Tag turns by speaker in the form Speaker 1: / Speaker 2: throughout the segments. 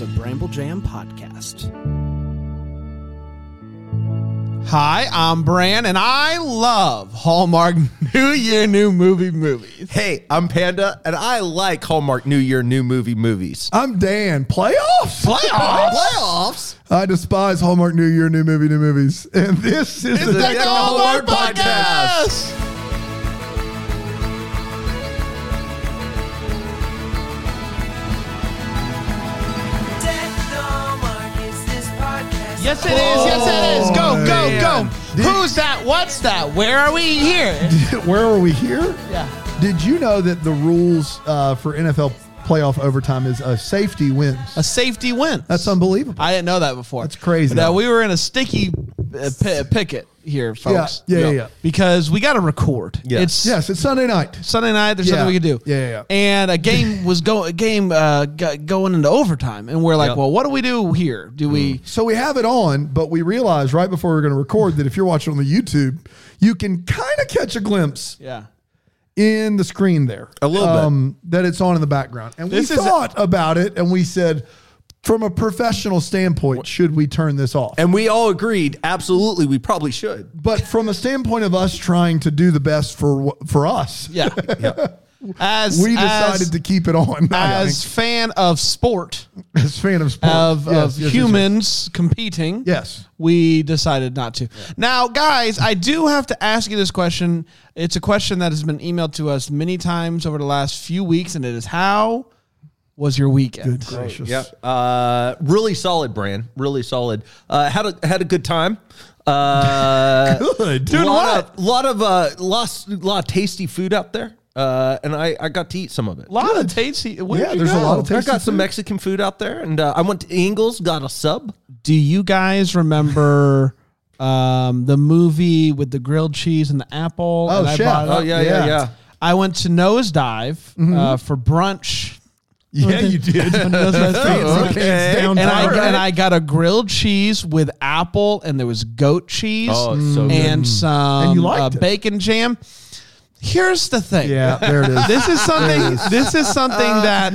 Speaker 1: a Bramble Jam podcast.
Speaker 2: Hi, I'm Bran, and I love Hallmark New Year, New Movie movies.
Speaker 3: Hey, I'm Panda, and I like Hallmark New Year New Movie movies.
Speaker 4: I'm Dan. Playoffs?
Speaker 2: Uh, Playoffs? Playoffs?
Speaker 4: I despise Hallmark New Year, new movie, new movies. And this is the
Speaker 3: Deck the Hallmark
Speaker 2: Podcast.
Speaker 5: Deck the Mark is this podcast.
Speaker 2: Yes, it is. Yes, it is.
Speaker 3: Oh,
Speaker 2: Go, go, go. Who's that? What's that? Where are we here?
Speaker 4: Where are we here?
Speaker 2: Yeah.
Speaker 4: Did you know that the rules uh, for NFL playoff overtime is a safety wins?
Speaker 2: A safety win.
Speaker 4: That's unbelievable.
Speaker 2: I didn't know that before.
Speaker 4: That's crazy.
Speaker 2: Now we were in a sticky uh, pi- picket here, folks.
Speaker 4: yeah, yeah, yeah.
Speaker 2: Because we got to record.
Speaker 3: Yes.
Speaker 2: It's
Speaker 4: yes, it's Sunday night.
Speaker 2: Sunday night. There's
Speaker 4: Yeah.
Speaker 2: something we could do.
Speaker 4: Yeah, yeah, yeah.
Speaker 2: And a game was go a game uh, go- going into overtime, and we're like,
Speaker 3: Yep.
Speaker 2: well, what do we do here? Do we?
Speaker 4: So we have it on, but we realized right before we were going to record that if you're watching on the YouTube, you can kind of catch a glimpse
Speaker 2: Yeah.
Speaker 4: in the screen there.
Speaker 3: A little bit.
Speaker 4: bit. That it's on in the background. And
Speaker 2: This
Speaker 4: we
Speaker 2: is a-
Speaker 4: thought about it and we said, from a professional standpoint, should we turn this off?
Speaker 3: And we all agreed, absolutely, we probably should.
Speaker 4: but from a standpoint of us trying to do the best for wh- for us,
Speaker 2: Yeah. As
Speaker 4: we
Speaker 2: as-
Speaker 4: decided to keep it on. I
Speaker 2: as fan of sport
Speaker 4: think. as fan of sport,
Speaker 2: of,
Speaker 4: Yes,
Speaker 2: of
Speaker 4: yes, yes,
Speaker 2: humans competing.
Speaker 4: Yes.
Speaker 2: We decided not to. Now, guys, I do have to ask you this question. It's a question that has been emailed to us many times over the last few weeks, and it is how was your weekend?
Speaker 4: yes. Gracious.
Speaker 3: Yep. Uh, really solid, Bran. Really solid. Uh, had a had a good time. Uh,
Speaker 4: Good.
Speaker 3: Dude,
Speaker 4: Doing
Speaker 3: lot of lot of uh, lot, lot of tasty food out there, uh, and I, I got to eat some of it. Oh,
Speaker 2: A lot of tasty. Where
Speaker 4: Yeah, there's a lot of
Speaker 3: I
Speaker 4: tasty
Speaker 3: got some
Speaker 4: food.
Speaker 3: Mexican food out there, and uh, I went to Ingles, got a sub.
Speaker 2: Do you guys remember um, the movie with the grilled cheese and the apple?
Speaker 4: Oh,
Speaker 2: and I
Speaker 4: Chef.
Speaker 2: brought
Speaker 4: Mm-hmm.
Speaker 2: it
Speaker 3: Oh
Speaker 2: up?
Speaker 3: yeah, yeah,
Speaker 4: yeah.
Speaker 3: yeah.
Speaker 2: I went to Nose Dive uh, for brunch.
Speaker 4: Yeah, you did. Fancy pants down
Speaker 2: And I,
Speaker 4: tight.
Speaker 2: and I got a grilled cheese with apple, and there was goat cheese
Speaker 3: Oh, it's so good.
Speaker 2: and some
Speaker 4: And you liked
Speaker 2: uh,
Speaker 4: it.
Speaker 2: bacon jam. Here's the thing.
Speaker 4: yeah, there it is.
Speaker 2: this is something. this is something
Speaker 4: Uh.
Speaker 2: that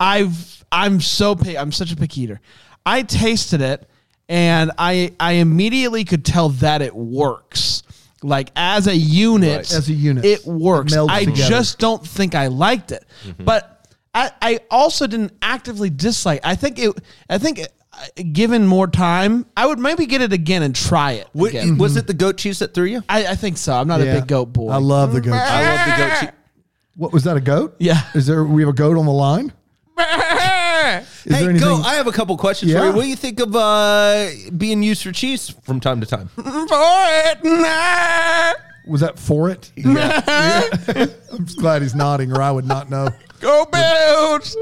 Speaker 2: I've. I'm so. Pick, I'm such a picky eater. I tasted it, and I. I immediately could tell that it works. Like as a unit,
Speaker 4: As a unit.
Speaker 2: it works.
Speaker 4: It melds
Speaker 2: I
Speaker 4: together.
Speaker 2: just don't think I liked it, but I, I also didn't actively dislike. I think it. I think. uh, Given more time, I would maybe get it again and try it.
Speaker 3: Wa-
Speaker 4: Mm-hmm.
Speaker 2: again.
Speaker 3: Was it the goat cheese that threw you?
Speaker 2: I, I think so. I'm not
Speaker 4: Yeah.
Speaker 2: a big goat boy.
Speaker 4: I love the goat.
Speaker 3: I love the goat cheese.
Speaker 4: What was that? A goat?
Speaker 2: Yeah.
Speaker 4: Is there? We have a goat on the line. Is
Speaker 3: hey,
Speaker 4: there
Speaker 3: go!
Speaker 4: anything-
Speaker 3: I have a couple questions for
Speaker 4: Yeah.
Speaker 3: you. What do you think of uh, being used for cheese from time to time?
Speaker 4: Was that for it? I'm just glad he's nodding, or I would not know.
Speaker 2: Go Bills!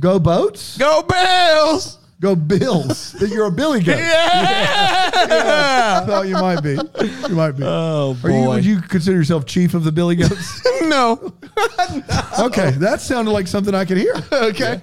Speaker 4: Go boats.
Speaker 2: Go Bills!
Speaker 4: Go Bills. That You're a Billy goat. I thought you might be. You might be.
Speaker 2: Oh,
Speaker 4: Are you,
Speaker 2: boy.
Speaker 4: would you consider yourself chief of the Billy Goats?
Speaker 2: no.
Speaker 4: okay, that sounded like something I could hear.
Speaker 2: Okay.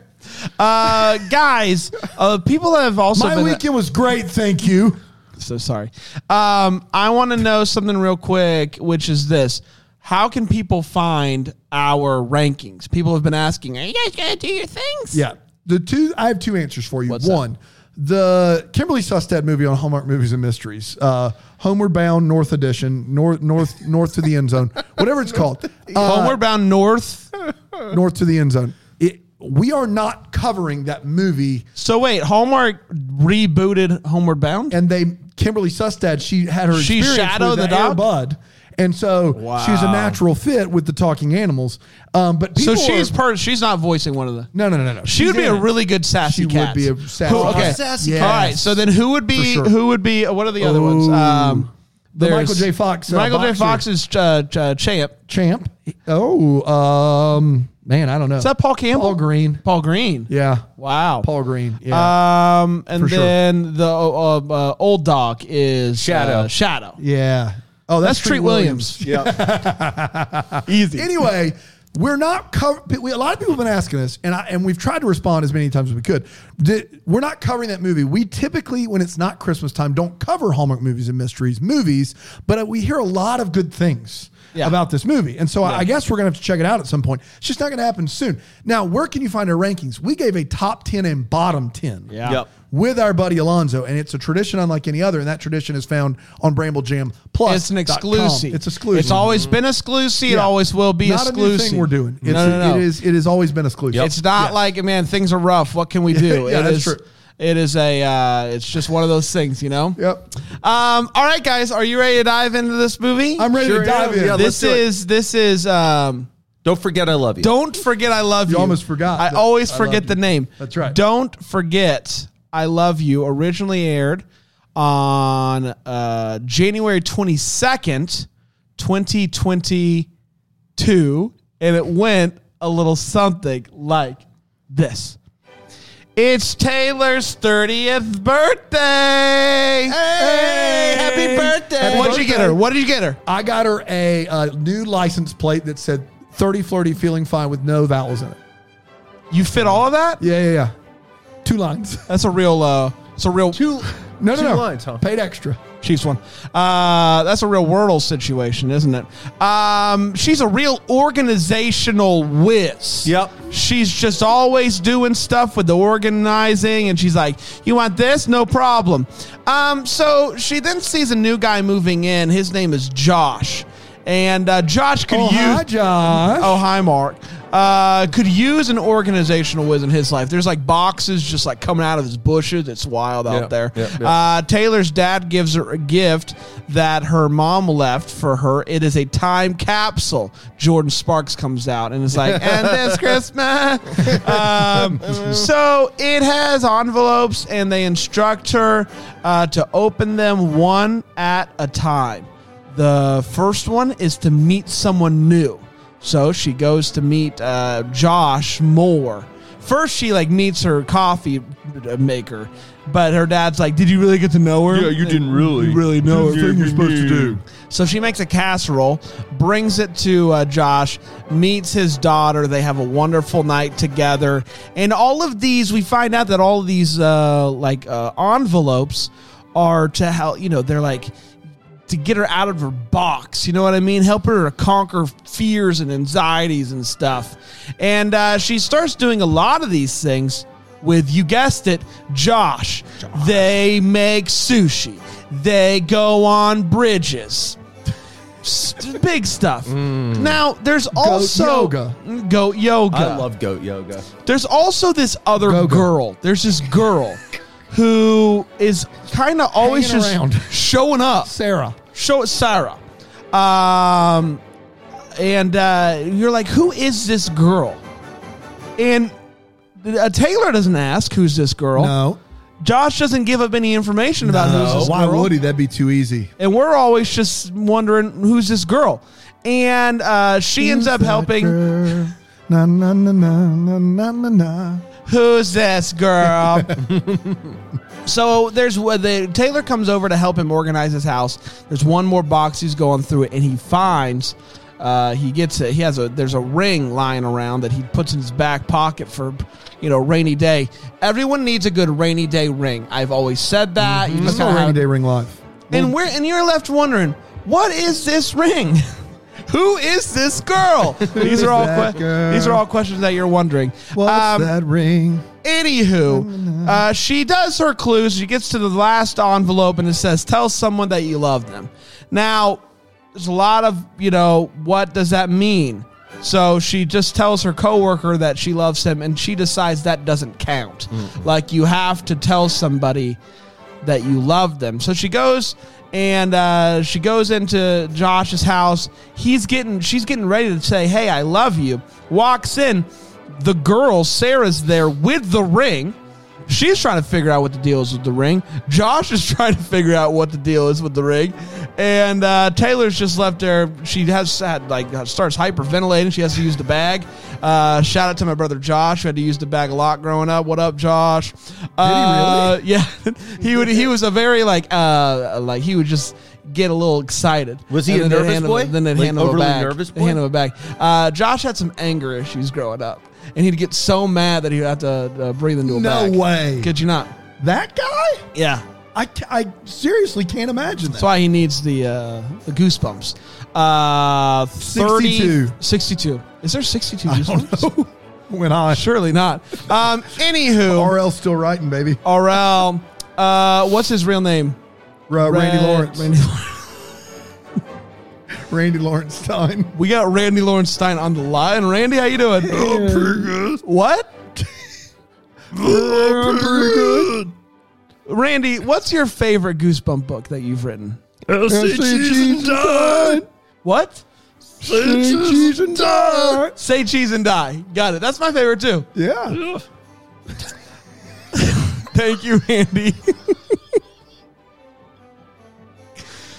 Speaker 2: Uh, guys, uh, people have also
Speaker 4: My
Speaker 2: been
Speaker 4: weekend was great, thank you.
Speaker 2: so sorry. Um, I want to know something real quick, which is this: How can people find our rankings? People have been asking, "Are you guys gonna do your things?"
Speaker 4: Yeah, the two. I have two answers for you.
Speaker 2: What's that?
Speaker 4: One, the Kimberly Sustad movie on Hallmark Movies and Mysteries, uh, Homeward Bound North Edition, North North North to the End Zone, whatever it's called. Uh,
Speaker 2: Homeward Bound North.
Speaker 4: north to the End Zone. It, we are not covering that movie
Speaker 2: So wait, Hallmark rebooted Homeward Bound.
Speaker 4: and they Kimberly Sustad, she had her
Speaker 2: She
Speaker 4: experience
Speaker 2: shadow
Speaker 4: with
Speaker 2: the
Speaker 4: Air
Speaker 2: dog?
Speaker 4: Bud, and so she was a natural fit with the talking animals. Um, but
Speaker 2: so
Speaker 4: people
Speaker 2: she's
Speaker 4: are,
Speaker 2: per, she's not voicing one of the.
Speaker 4: no, no, no, no.
Speaker 2: She
Speaker 4: She's
Speaker 2: would be
Speaker 4: in
Speaker 2: a
Speaker 4: it.
Speaker 2: really good sassy
Speaker 4: She would
Speaker 2: cat.
Speaker 4: be a sassy
Speaker 2: Who-
Speaker 4: cat.
Speaker 2: okay.
Speaker 3: Sassy
Speaker 4: Yes.
Speaker 2: All right. So then, who would be
Speaker 4: sure.
Speaker 2: who would be? uh, What are the other ones?
Speaker 4: Ooh.
Speaker 2: Um,
Speaker 4: The
Speaker 2: there's-
Speaker 4: Michael J. Fox, uh,
Speaker 2: Michael J.
Speaker 4: boxer.
Speaker 2: Fox is uh, ch- uh, champ.
Speaker 4: champ. Oh, um, man, I don't know.
Speaker 2: Is that Paul Campbell?
Speaker 4: Paul Green.
Speaker 2: Paul Green.
Speaker 4: Yeah,
Speaker 2: Wow.
Speaker 4: Paul Green. Yeah,
Speaker 2: Um, and
Speaker 4: For sure.
Speaker 2: then the uh, uh, old dog is
Speaker 3: Shadow.
Speaker 2: Uh, Shadow.
Speaker 4: yeah. Oh,
Speaker 2: That's Treat Williams.
Speaker 3: Yeah.
Speaker 4: Anyway, We're not covering. We, a lot of people have been asking us, and I, and we've tried to respond as many times as we could. Did, we're not covering that movie. We typically, when it's not Christmas time, don't cover Hallmark movies and mysteries movies, but uh, we hear a lot of good things
Speaker 2: Yeah.
Speaker 4: about this movie, and so I, I guess we're gonna have to check it out at some point. It's just not gonna happen soon. Now, where can you find our rankings? We gave a top ten and bottom ten
Speaker 2: Yeah.
Speaker 3: Yep.
Speaker 4: with our buddy Alonzo, and it's a tradition unlike any other, and that tradition is found on Bramble Jam Plus.
Speaker 2: It's an
Speaker 4: dot com.
Speaker 2: exclusive.
Speaker 4: It's exclusive. Mm-hmm.
Speaker 2: It's always been exclusive. It
Speaker 4: Yeah.
Speaker 2: always will be
Speaker 4: Not
Speaker 2: exclusive.
Speaker 4: a new thing we're doing. It's,
Speaker 2: no, no, no.
Speaker 4: It is. It has always been exclusive.
Speaker 2: It's not like man, things are rough. What can we do?
Speaker 4: Yeah,
Speaker 2: It
Speaker 4: that's
Speaker 2: is-
Speaker 4: true.
Speaker 2: It is a. Uh, it's just one of those things, you know.
Speaker 4: Yep.
Speaker 2: Um. All right, guys, are you ready to dive into this movie?
Speaker 4: I'm ready
Speaker 3: Sure
Speaker 4: to dive
Speaker 3: am.
Speaker 4: in.
Speaker 3: Yeah,
Speaker 2: This
Speaker 3: let's do it.
Speaker 2: is this is. Um.
Speaker 3: Don't forget, I love you.
Speaker 2: Don't forget, I love you.
Speaker 4: almost forgot
Speaker 2: I
Speaker 4: that
Speaker 2: always
Speaker 4: I
Speaker 2: forget
Speaker 4: love
Speaker 2: the
Speaker 4: you.
Speaker 2: name.
Speaker 4: That's right.
Speaker 2: Don't forget, I love you. Originally aired on uh, January twenty second, twenty twenty two, and it went a little something like this. It's Taylor's 30th birthday. Hey, happy birthday.
Speaker 4: Happy
Speaker 2: What'd you get
Speaker 4: birthday.
Speaker 2: her? What did you get her?
Speaker 4: I got her a, uh new license plate that said "30 Flirty Feeling Fine" with no vowels in it.
Speaker 2: You fit all of that?
Speaker 4: Yeah, yeah, yeah. Two lines.
Speaker 2: That's a real uh it's a real
Speaker 3: two.
Speaker 4: No,
Speaker 3: two
Speaker 4: no, no.
Speaker 3: lines, huh?
Speaker 4: Paid extra.
Speaker 2: Chiefs one. Uh, that's a real Wordle situation, isn't it? Um, she's a real organizational whiz.
Speaker 3: Yep.
Speaker 2: She's just always doing stuff with the organizing, and she's like, "You want this? No problem." Um, so she then sees a new guy moving in. His name is Josh, and uh, Josh could
Speaker 4: Oh,
Speaker 2: use.
Speaker 4: hi, Josh.
Speaker 2: Oh, hi, Mark. Uh, could use an organizational whiz in his life. There's like boxes just like coming out of his bushes. It's wild out
Speaker 3: Yeah,
Speaker 2: there.
Speaker 3: yeah, yeah.
Speaker 2: Uh, Taylor's dad gives her a gift that her mom left for her. It is a time capsule. Jordan Sparks comes out and it's like, and this Christmas. Um, so it has envelopes and they instruct her uh, to open them one at a time. The first one is to meet someone new. So she goes to meet uh, Josh Moore. First, she like meets her coffee maker, but her dad's like, "Did you really get to know her? Yeah, you didn't really, really know her.
Speaker 4: Thing you're supposed to do.
Speaker 2: So she makes a casserole, brings it to uh, Josh, meets his daughter. They have a wonderful night together. And all of these, we find out that all of these uh, like uh, envelopes are to help. You know, they're like to get her out of her box. You know what I mean? Help her to conquer fears and anxieties and stuff. And uh, she starts doing a lot of these things with, you guessed it, Josh. They make sushi. They go on bridges. St- Big stuff. Now, there's also
Speaker 4: yoga.
Speaker 2: Goat yoga.
Speaker 3: I love goat yoga.
Speaker 2: There's also this other
Speaker 4: Go, go.
Speaker 2: girl. There's this girl who is kind of always
Speaker 4: Hanging
Speaker 2: just
Speaker 4: around.
Speaker 2: showing up.
Speaker 4: Sarah.
Speaker 2: Show it, Sarah. Um, and uh, you're like, who is this girl? And uh, Taylor doesn't ask who's this girl.
Speaker 4: No. Uh,
Speaker 2: Josh doesn't give up any information about who's this
Speaker 4: Why
Speaker 2: girl.
Speaker 4: would he? That'd be too easy.
Speaker 2: And we're always just wondering who's this girl. And uh, she ends up helping.
Speaker 4: Na na na na na na na na.
Speaker 2: Who's this girl? so there's the Taylor comes over to help him organize his house. There's one more box he's going through it, and he finds uh, he gets it. He has a there's a ring lying around that he puts in his back pocket for you know rainy day. Everyone needs a good rainy day ring. I've always said that. You
Speaker 4: That's
Speaker 2: just
Speaker 4: how
Speaker 2: gotta
Speaker 4: rainy
Speaker 2: have-
Speaker 4: day ring life.
Speaker 2: and we're and you're left wondering what is this ring who is this girl these are all
Speaker 4: that
Speaker 2: que-
Speaker 4: girl?
Speaker 2: these are all questions that you're wondering
Speaker 4: What's
Speaker 2: Um,
Speaker 4: that ring?
Speaker 2: anywho uh, she does her clues she gets to the last envelope and it says tell someone that you love them now there's a lot of you know what does that mean so she just tells her coworker that she loves him and she decides that doesn't count like you have to tell somebody that you love them. So she goes and uh, she goes into Josh's house. He's getting she's getting ready to say, "Hey, I love you." Walks in. The girl Sarah's there with the ring. She's trying to figure out what the deal is with the ring. Josh is trying to figure out what the deal is with the ring, and uh, Taylor's just left there. She has had like uh, starts hyperventilating. She has to use the bag. Uh, shout out to my brother Josh, who had to use the bag a lot growing up. What up, Josh? Did
Speaker 4: really?
Speaker 2: uh, yeah, he would. He was a very like, uh, like he would just get a little excited.
Speaker 3: Was he
Speaker 2: And then
Speaker 3: a
Speaker 2: they'd
Speaker 3: nervous
Speaker 2: hand him-
Speaker 3: boy?
Speaker 2: then they'd
Speaker 3: Like,
Speaker 2: hand him a
Speaker 3: overly
Speaker 2: bag.
Speaker 3: nervous
Speaker 2: They'd
Speaker 3: boy?
Speaker 2: hand him a bag. Uh, Josh had some anger issues growing up, and he'd get so mad that he'd have to uh, breathe into a
Speaker 4: No
Speaker 2: bag.
Speaker 4: way.
Speaker 2: Could you not?
Speaker 4: That guy?
Speaker 2: Yeah.
Speaker 4: I, ca- I seriously can't imagine that.
Speaker 2: That's why he needs the uh, the goosebumps. Uh, 30,
Speaker 4: 62.
Speaker 2: 62. Is there 62 goosebumps?
Speaker 4: when I
Speaker 2: Surely not. Um, anywho,
Speaker 4: RL still writing, baby.
Speaker 2: RL, uh, what's his real name?
Speaker 4: Ra- Uh, Randy
Speaker 2: Ra-
Speaker 4: Lawrence.
Speaker 2: Randy
Speaker 4: Randy,
Speaker 2: Lawrence.
Speaker 4: Lawrence Stein.
Speaker 2: We got Randy Lawrence Stein on the line. Randy, how you doing? What? Randy, what's your favorite Goosebump book that you've written? What? Say cheese and die. Got it. That's my favorite too.
Speaker 4: Yeah.
Speaker 2: Thank you, Andy.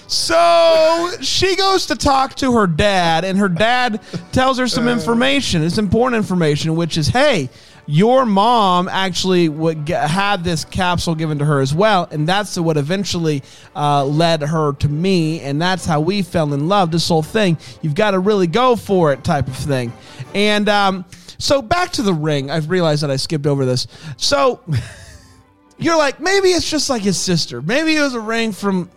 Speaker 2: so she goes to talk to her dad, and her dad tells her some information. It's important information, which is, hey, your mom actually would g- had this capsule given to her as well, and that's what eventually uh, led her to me, and that's how we fell in love. This whole thing, you've got to really go for it, type of thing. And um, so back to the ring. I've realized that I skipped over this. So you're like, maybe it's just like his sister. Maybe it was a ring from.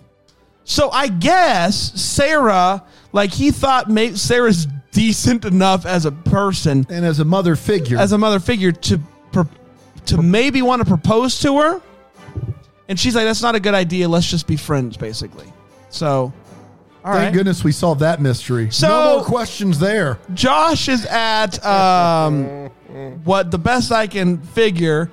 Speaker 2: So I guess Sarah, like he thought, ma- Sarah's decent enough as a person,
Speaker 4: And as a mother figure.
Speaker 2: as a mother figure, to pro- to maybe want to propose to her. And she's like, that's not a good idea. Let's just be friends, basically. So, all
Speaker 4: Thank
Speaker 2: right.
Speaker 4: goodness we solved that mystery.
Speaker 2: So-
Speaker 4: no more questions there.
Speaker 2: Josh is at um, what the best I can figure,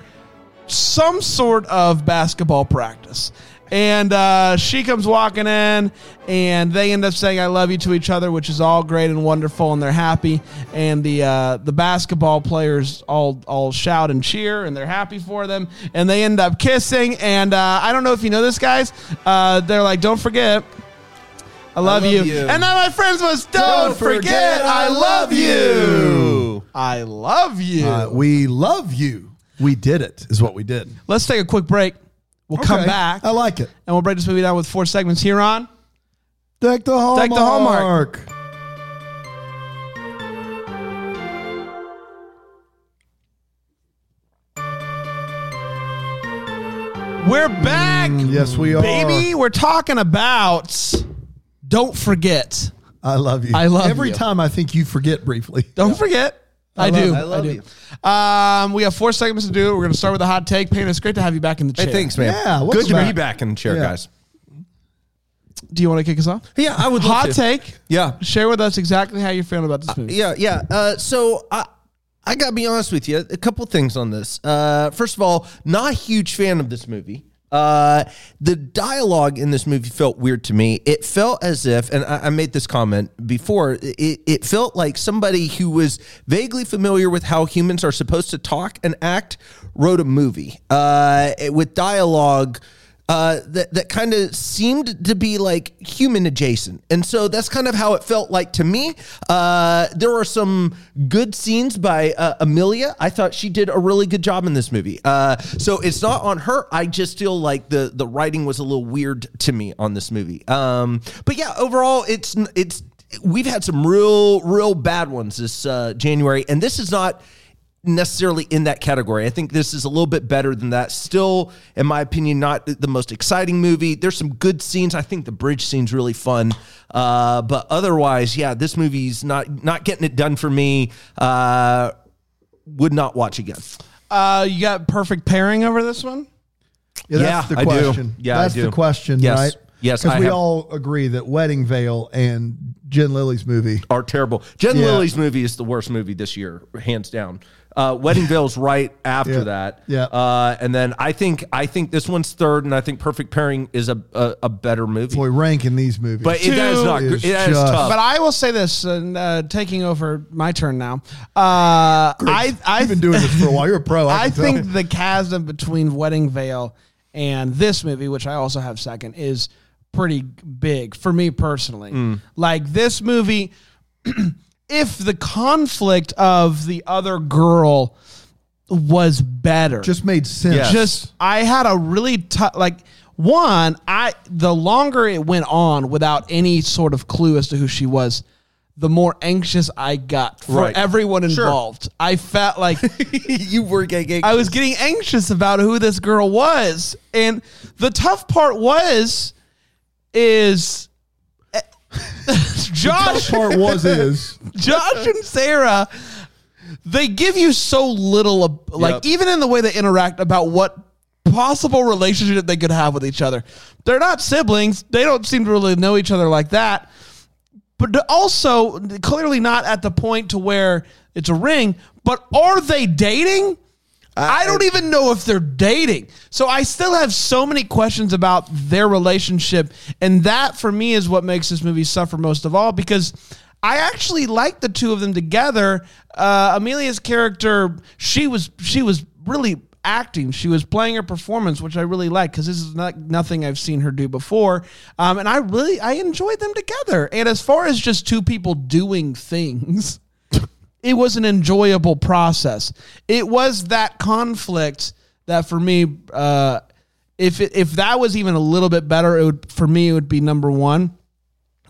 Speaker 2: some sort of basketball practice. And uh, she comes walking in, and they end up saying "I love you" to each other, which is all great and wonderful, and they're happy. And the uh, the basketball players all all shout and cheer, and they're happy for them. And they end up kissing. And uh, I don't know if you know this, guys. Uh, they're like, "Don't forget, I love,
Speaker 3: love
Speaker 2: you.
Speaker 3: you.
Speaker 2: And now my friends was don't forget, I love you. I love you.
Speaker 4: Uh, we love you. We did it, is what we did.
Speaker 2: Let's take a quick break. We'll come
Speaker 4: Okay.
Speaker 2: back
Speaker 4: I like it.
Speaker 2: and we'll break this movie down with four segments here on.
Speaker 4: Deck the hallmark.
Speaker 2: the hallmark. We're back,
Speaker 4: Yes, we are.
Speaker 2: baby. We're talking about Don't Forget.
Speaker 4: I love you.
Speaker 2: I love
Speaker 4: Every
Speaker 2: you.
Speaker 4: time I think you forget briefly.
Speaker 2: Don't forget. I,
Speaker 4: love-
Speaker 2: do.
Speaker 4: I
Speaker 3: love
Speaker 2: do. Um, we have four segments to do. We're going to start with a hot take. Payne, it's great to have you back in the chair.
Speaker 3: Hey, thanks, man.
Speaker 4: Yeah, what's
Speaker 3: good to
Speaker 4: about-
Speaker 3: be back in the chair,
Speaker 4: Yeah.
Speaker 3: guys.
Speaker 2: Do you want to kick us off?
Speaker 3: Yeah, I would love
Speaker 2: Hot
Speaker 3: to.
Speaker 2: take.
Speaker 3: Yeah,
Speaker 2: Share with us exactly how you're feeling about this movie.
Speaker 3: yeah, yeah. Uh, so I, I gotta be honest with you. A couple things on this. Uh, first of all, not a huge fan of this movie. Uh, the dialogue in this movie felt weird to me. It felt as if, and I, I made this comment before. It, it felt like somebody who was vaguely familiar with how humans are supposed to talk and act wrote a movie uh, with dialogue uh, that that kind of seemed to be like human adjacent, and so that's kind of how it felt like to me. Uh, there were some good scenes by uh, Amelia. I thought she did a really good job in this movie. Uh, so it's not on her. I just feel like the the writing was a little weird to me on this movie. Um, but yeah, overall, it's it's we've had some real real bad ones this uh, January, and this is not necessarily in that category. I think this is a little bit better than that. Still, in my opinion, not the most exciting movie. There's some good scenes. I think the bridge scene's really fun. Uh, but otherwise, yeah, this movie's not not getting it done for me. Uh, would not watch again.
Speaker 2: Uh, you got perfect pairing over this one?
Speaker 4: Yeah, that's
Speaker 3: Yeah,
Speaker 4: the
Speaker 3: I do.
Speaker 4: question.
Speaker 3: Yeah, I
Speaker 4: that's
Speaker 3: do.
Speaker 4: the question,
Speaker 3: Yes.
Speaker 4: right?
Speaker 3: Yes, I
Speaker 4: because we
Speaker 3: have-
Speaker 4: all agree that Wedding Veil and Jen Lilly's movie.
Speaker 3: Are terrible. Jen
Speaker 4: Yeah.
Speaker 3: Lilly's movie is the worst movie this year, hands down. Uh, Wedding Veil's right after
Speaker 4: Yeah.
Speaker 3: that.
Speaker 4: Yeah.
Speaker 3: Uh, and then I think I think this one's third, and I think Perfect Pairing is a a, a better movie.
Speaker 4: Boy, rank in these movies.
Speaker 3: But it, that is
Speaker 2: Two
Speaker 3: not.
Speaker 4: is
Speaker 3: Is that is
Speaker 4: just-
Speaker 3: tough.
Speaker 2: But I will say this, and uh, taking over my turn now. Uh, I
Speaker 4: I've
Speaker 2: I
Speaker 4: been doing this for a while. You're a pro. I,
Speaker 2: I
Speaker 4: can tell.
Speaker 2: think the chasm between Wedding Veil and this movie, which I also have second, is pretty big for me personally.
Speaker 4: Mm.
Speaker 2: Like this movie, if the conflict of the other girl was better,
Speaker 4: just made sense.
Speaker 3: Yeah.
Speaker 2: just I had a really tough like One, I the longer it went on without any sort of clue as to who she was, the more anxious I got for
Speaker 3: Right.
Speaker 2: everyone involved. I felt like
Speaker 3: you were getting.
Speaker 2: I was getting anxious about who this girl was. And the tough part was is eh, Josh
Speaker 4: Part was is
Speaker 2: Josh and Sarah, they give you so little, ab- like
Speaker 3: Yep.
Speaker 2: even in the way they interact about what possible relationship they could have with each other. They're not siblings. They don't seem to really know each other like that. But also, clearly not at the point to where it's a ring. But are they dating? I don't even know if they're dating. So I still have so many questions about their relationship. And that for me is what makes this movie suffer most of all because I actually like the two of them together. Uh, Amelia's character, she was she was really acting. She was playing her performance, which I really like because this is not nothing I've seen her do before. Um, and I really I enjoyed them together. And as far as just two people doing things it was an enjoyable process. It was that conflict that for me, uh, if it, if that was even a little bit better, it would for me it would be number one.